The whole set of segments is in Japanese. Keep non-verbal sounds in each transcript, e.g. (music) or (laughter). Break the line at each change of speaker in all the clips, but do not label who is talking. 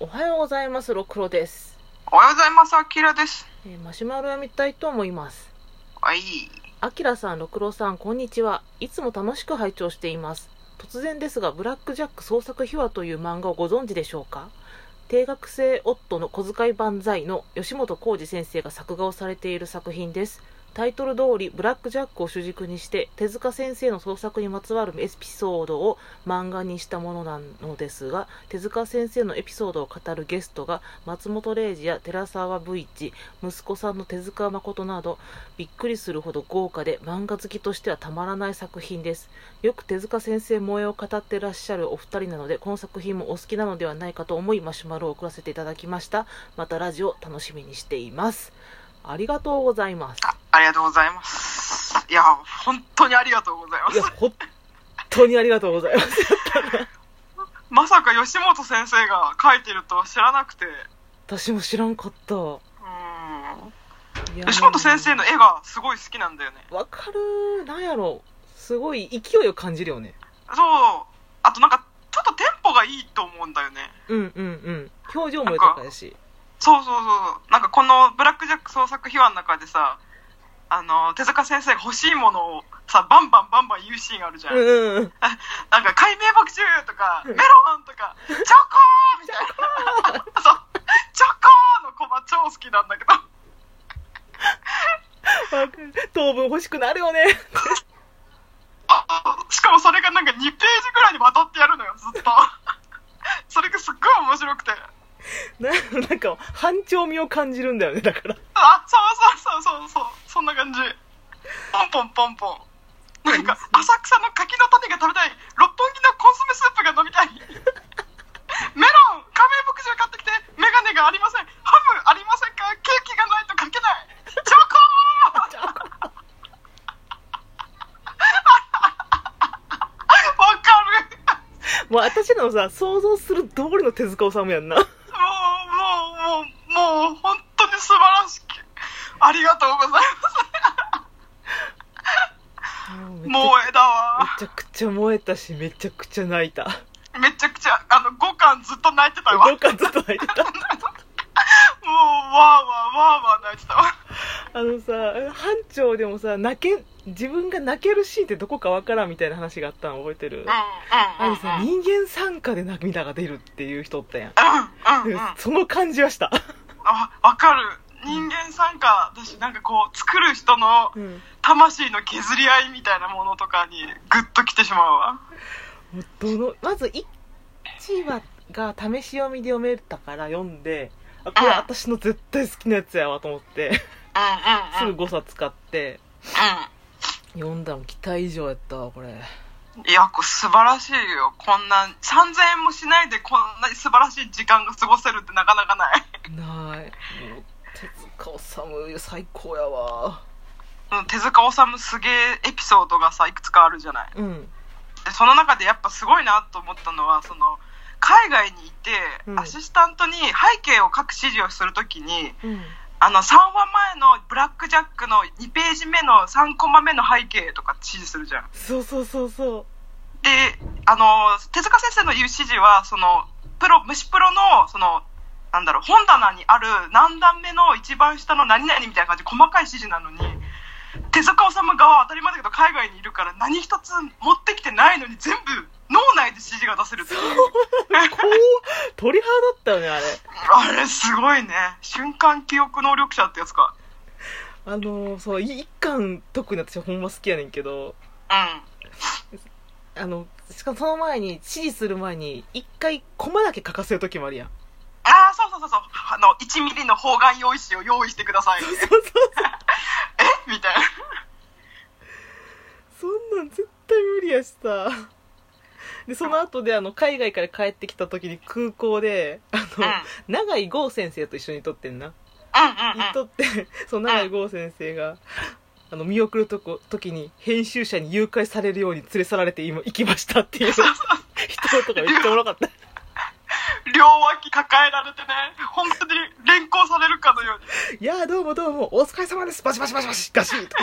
おはようございますろくろです、
おはようございます、あきらです。
えーマシュマロ読みたいと思います
はい。
あきらさんろくろさんこんにちはいつも楽しく拝聴しています突然ですが「ブラック・ジャック創作秘話」という漫画をご存知でしょうか定額制夫の小遣い万歳の吉本浩二先生が作画をされている作品ですタイトル通りブラック・ジャックを主軸にして手塚先生の創作にまつわるエピソードを漫画にしたものなのですが手塚先生のエピソードを語るゲストが松本零士や寺澤武一息子さんの手塚誠などびっくりするほど豪華で漫画好きとしてはたまらない作品ですよく手塚先生萌えを語ってらっしゃるお二人なのでこの作品もお好きなのではないかと思いマシュマロを送らせていただきましたまたラジオ楽しみにしていますありがとうございます
あありがとうございます。いや、本当にありがとうございま
いや、
す。
本当にありがとうございます。 (laughs)
まさか吉本先生が書いてるとは知らなくて。う
私も知らんかった。
ーん。
いや
吉本先生の絵がすごい好きなんだよね。
わかるー。なんやろう。すごい勢いを感じるよね。
そう。あとなんか、ちょっとテンポがいいと思うんだよね。
うんうんうん。表情も豊かやし。
そうそうそうそう。なんかこのブラックジャック創作秘話の中でさ、あの、手塚先生が欲しいものをさ、バンバンバンバン言うシーンあるじゃん。
うんうんうん。
なんか、海名爆中とか、メロンとか、チョコーみたいな。そう、チョコーのコマ超好きなんだけど。
わかる糖分欲しくなるよね。 (laughs)
あしかもそれがなんか2ページぐらいにわたってやるのよ、ずっと。それがすっごい面白くて。
ななんか、半調味を感じるんだよね、だから。 (laughs)
あ、そうそうそうそうそう、そんな感じ。ポンポンポンポン。なんか、浅草の柿の種が食べたい、六本木のコンソメスープが飲みたい。メロン、亀牧場買ってきて、メガネがありません。ハムありませんかケーキがないと書けない。チョコーわかる。
もう私のさ、想像する通りの手塚治虫やんな。
もう、もう、もう、もう、本当に素晴らしき。ありがとうございます。
めちゃ
萌えだわ
め。ちゃくちゃ燃えたし、めちゃくちゃ泣いた。
めちゃくちゃ、あの、5巻ずっと泣いてたわ。もう、
5
わ
巻ずっと泣いてた。
ーわーわーわー泣いてたわ。
あのさ、班長でもさ、泣け、自分が泣けるシーンってどこかわからんみたいな話があったの覚えてる、
うん、
あ
うん、うん。
れさ、
うん、うん、
人間参加で涙が出るっていう人おったやん。
うん。あ、
その感じはした。
わかる。人間参加だし、なんかこう、作る人の
うん。
魂の削り合いみたいなものとかに、ぐっと来てしまうわ。
どの、まず1話が試し読みで読めたから読んで、あ、これ私の絶対好きなやつやわと思って、
う
す
ん、うん、う
ぐ
ん。
5冊買って、
うん。
読んだの期待以上やったわ、これ。
いや、これ素晴らしいよ。こんな、3000円もしないでこんなに素晴らしい時間が過ごせるってなかなかない。
ない。もう、手塚治虫最高やわ。
うん、手塚治虫すげえエピソードがさ、いくつかあるじゃない。
うん。
で、その中でやっぱすごいなと思ったのは、その、海外にいて
う、ん
アシスタントに背景を書く指示をするときに、
うん。
あの、3話前のブラックジャックの2ページ目の3コマ目の背景とか指示するじゃん。
そうそうそうそう。
で、あの、手塚先生の言う指示は、その、プロ、虫プロの、その、なんだろう、本棚にある何段目の一番下の何々みたいな感じ、細かい指示なのに、手塚治虫側は当たり前だけど海外にいるから何一つ持ってきてないのに全部脳内で指示が出せるっていう。
こう、鳥肌だったよね、あれ。
(laughs) あれすごいね。瞬間記憶能力者ってやつか。
あのー、そう、い一巻特に私ほんま好きやねんけど、
うん。
あの、しかもその前に、指示する前に、一回コマだけ書かせる時もあるやん。
ああ、そうそうそうそう。あの、1ミリの方眼用意紙を用意してください。
そうそう
(laughs) えみたいな。
そう。そんなん絶対無理やしさ。で、その後で、あの、海外から帰ってきた時に空港で、あの、永井豪先生と一緒に撮ってんな。
うん。うんうんうん。
撮って、 (laughs) その永井豪先生が、あの、見送るとこ、時に、編集者に誘拐されるように連れ去られて今行きましたっていう (laughs) 人とかめっちゃおもろかった。
両脇抱えられてね、本当に連行されるかのように。
いやーどうもどうも、お疲れ様です。バシバシバシバシ、ガシッと。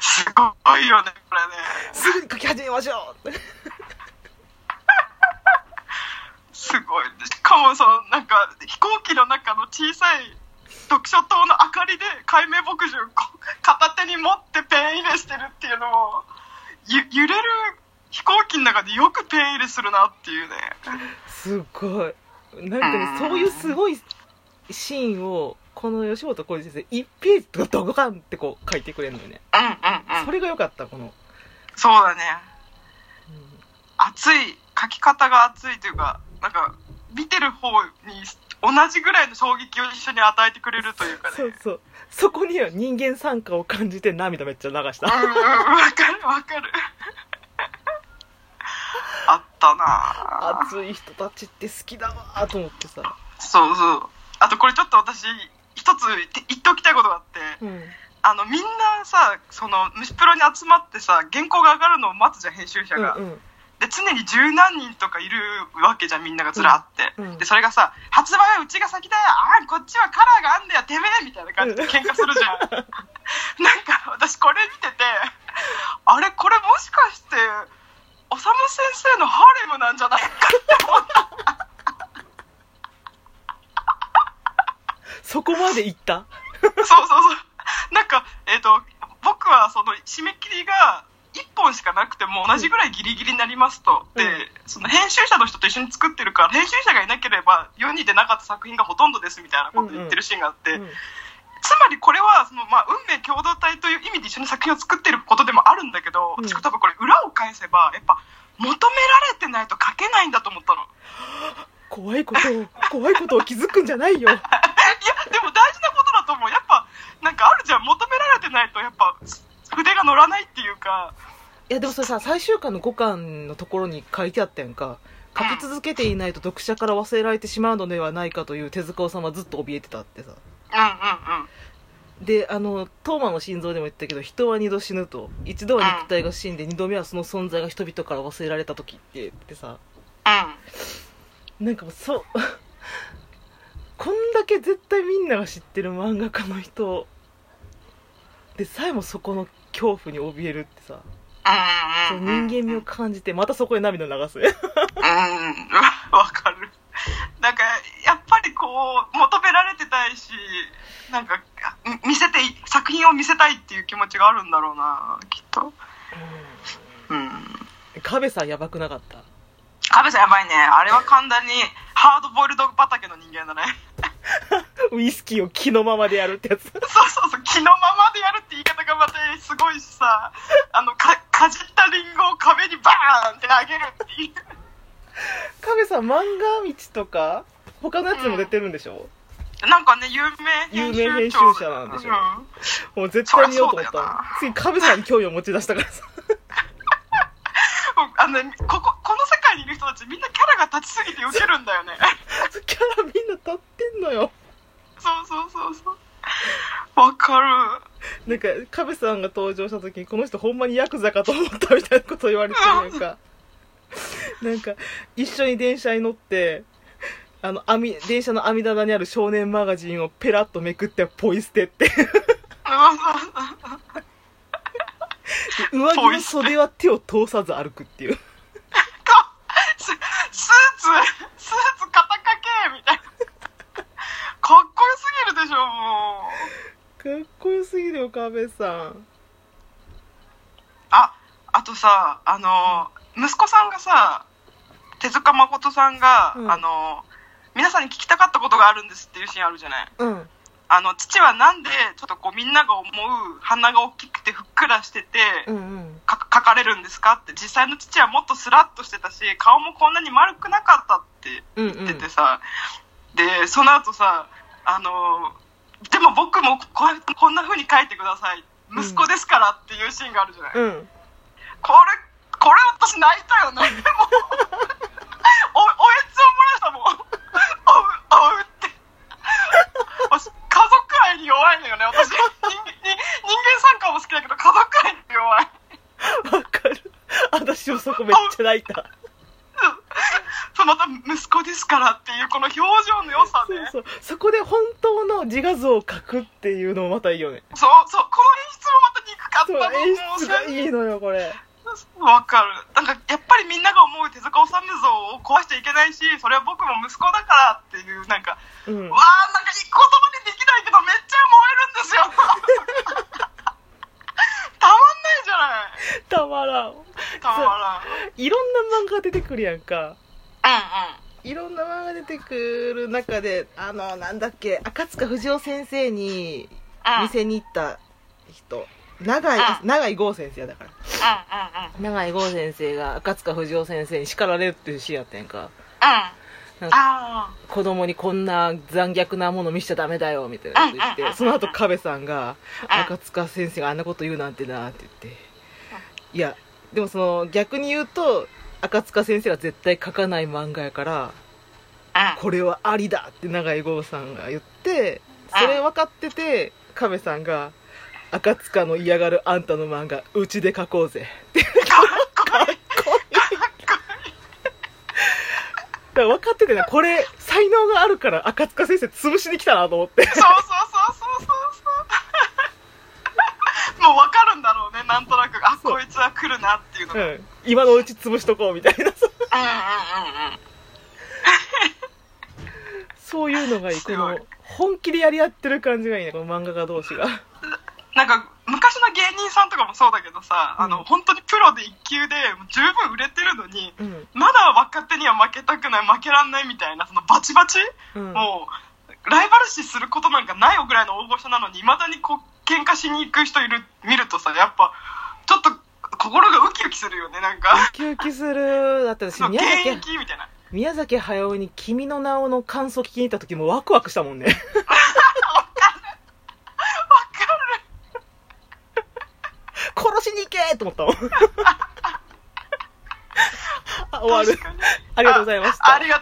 すごいよね、これ
(laughs)
ね。
すぐに書き始めましょう。
すごいね。飛行機の中の小さい読書灯の明かりで解明牧場をこう片手に持ってペン入れしてるっていうのもゆ揺れる飛行機の中でよくペン入れするなっていうね
すごいなんかねそういうすごいシーンをこの吉本浩二先生1ページとかドカンってこう書いてくれるのよね
うんうんう
そ
ん
れが良かったこの、
そうだね熱い書き方が熱いというかなんか見てる方に同じぐらいの衝撃を一緒に与えてくれるというかね
そうそうそこには人間参加を感じて涙めっちゃ流し
うん
た
うん (laughs) わかるわかる (laughs) あったなあ
熱い人たちって好きだわーと思ってさ、
そうそうあとこれちょっと私一つ言って言っておきたいことがあって
うん、
あのみんなさその虫プロに集まってさ原稿が上がるのを待つじゃん編集者が、
うんうん
で常に十何人とかいるわけじゃんみんながずらって、
うんうん
でそれがさ「発売はうちが先だよあーこっちはカラーがあんだよてめえ」みたいな感じで喧嘩するじゃん
(laughs)
なんか私これ見ててあれこれもしかして修先生のハーレムなんじゃないかって思った
そこまで行った
(laughs) そうそうそう。なんか、えっ、と、僕はその締め切りが1本しかなくても同じぐらいギリギリになりますと。
うん
で、その編集者の人と一緒に作ってるから、編集者がいなければ世に出なかった作品がほとんどですみたいなことを言ってるシーンがあって、
うん
つまりこれはその、まあ、運命共同体という意味で一緒に作品を作ってることでもあるんだけど、
うん
私多分これ裏を返せば、やっぱ求められてないと書けないんだと思ったの。
怖いことを怖いことを気づくんじゃ (laughs) ないよ
いや、でも大事なことだと思う。やっぱ、なんかあるじゃん。求められてないと、やっぱ、筆が乗らないっていうか。
いやでもそれさ最終巻の5巻のところに書いてあったやんか書き続けていないと読者から忘れられてしまうのではないかという手塚治虫はずっと怯えてたってさ
うんうんうん。
であのトーマの心臓でも言ったけど人は二度死ぬと一度は肉体が死んで二度目はその存在が人々から忘れられた時って言ってさ
うん。
なんかもうそう (laughs) こんだけ絶対みんなが知ってる漫画家の人でさえもそこの恐怖に怯えるってさそう
うんうんうん、
人間味を感じてまたそこで涙流す (laughs)
うん (laughs) わかるなんかやっぱりこう求められてたいしなんかみ見せてい作品を見せたいっていう気持ちがあるんだろうなきっとうん
壁さんやばくなかった
カベさんやばいねあれは簡単にハードボイルド畑の人間だね
ウイスキーを木のままでやるってやつ (laughs)
そうそうそう気のままでやるって言い方がまたすごいしさあのかかじったリンゴを壁にバーンって投げるっていう
壁さん漫画道とか他のやつも出てるんでしょ、
なんかね有名編集長
有名編集者なんでしょ
うん
もう絶対見ようと思っ
そりゃそうだよ
た
な
次壁さんに興味を持ち出したからさ (laughs)
あのこここの世界にいる人たちみんなキャラが立ちすぎてウケるんだよね
キャラみんな立ってんのよ
そうそうそうそうわかる
なんか壁さんが登場した時にこの人ほんまにヤクザかと思ったみたいなこと言われてなんかなんか一緒に電車に乗ってあの網電車の網棚にある少年マガジンをペラッとめくってポイ捨てって
うんそうそう
上着の袖は手を通さず歩くっていう
かススーツスーツ肩掛けみたいなかっこよすぎるでしょもう
かっこよすぎるよ壁さん
ああとさあの息子さんがさ手塚誠さんが、
うん
あの皆さんに聞きたかったことがあるんですっていうシーンあるじゃない
うん
あの父はなんでちょっとこうみんなが思う鼻が大きくてふっくらしてて、
うんうん
か書かれるんですかって実際の父はもっとスラッとしてたし顔もこんなに丸くなかったって
うん
言っててさ、でその後さあのでも僕もここんな風に書いてください
ん
息子ですからっていうシーンがあるじゃない、
うん
これこれ私泣いたよねもうおおえつを漏らしたもんおうおうって私家族愛に弱いのよね私人人人間参加も好きだけど家族愛に弱い
わかる私もそこめっちゃ泣いた
そうまた息子ですからっていうこの表情の良さ
そう
ね
そうそこで本当の自画像を描くっていうのもまたいいよね
そうそうこの演出もまた憎かっ
そう
たの
演出が
もう
いいのよこれ
そうわかる。なんか、やっぱりみんなが思う手塚治虫像を壊しちゃいけないし、それは僕も息子だからっていう、なんか、
うん
わ、あなんか言葉にできないけどめっちゃ燃えるんですよたまんないじゃない
たまらん
たまらんうん
いろんな漫画出てくるやんか
うん
いろんな漫画出てくる中であのなんだっけ赤塚不二夫先生に
うんうんうん
店に行った人長井
う
長井剛先生やだから
うん
長井剛先生が赤塚不二夫先生に叱られるっていうシーンやったやんか
うんあ
子供にこんな残虐なもの見しちゃダメだよみたいなこと言っ
うんうんうん
て
うん
その後壁さんが
うん
赤塚先生があんなこと言うなんてなって言っていやでもその逆に言うと赤塚先生が絶対書かない漫画やから
あ
これはありだって永井豪さんが言ってそれ分かってて亀さんが「赤塚の嫌がるあんたの漫画うちで書こうぜ」
うんかっこいい
だから分かっててねこれ才能があるから赤塚先生潰しに来たなと思って
そうそうそうそうそうそうもうわかるんだろうねなんとなくあこいつは来るなっていうの
う
がうんうん
ん今のうち潰しとこうみたいなそう
うんうん
そういうのがいい
す
こ
ごい
の本気でやり合ってる感じがいいねこの漫画家同士が
なんか昔の芸人さんとかもそうだけどさ、あ
うん
の本当にプロで一級で十分売れてるのに
うん
まだ若手には負けたくない負けらんないみたいなそのバチバチ、
うん
もうライバル視することなんかないぐらいの大御所なのにいまだにこう喧嘩しに行く人いる見るとさやっぱちょっと心がウキウキするよねな
(laughs)
んか
ウキウキするだって私
その現
宮崎
役みたいな
宮崎駿に「君の名を」の感想聞きに行った時もワクワクした
(laughs)
もんね
わかる
殺しに行けと思
(laughs)
ったもんあ終わる
確かに
ありがとうございました
あありがとう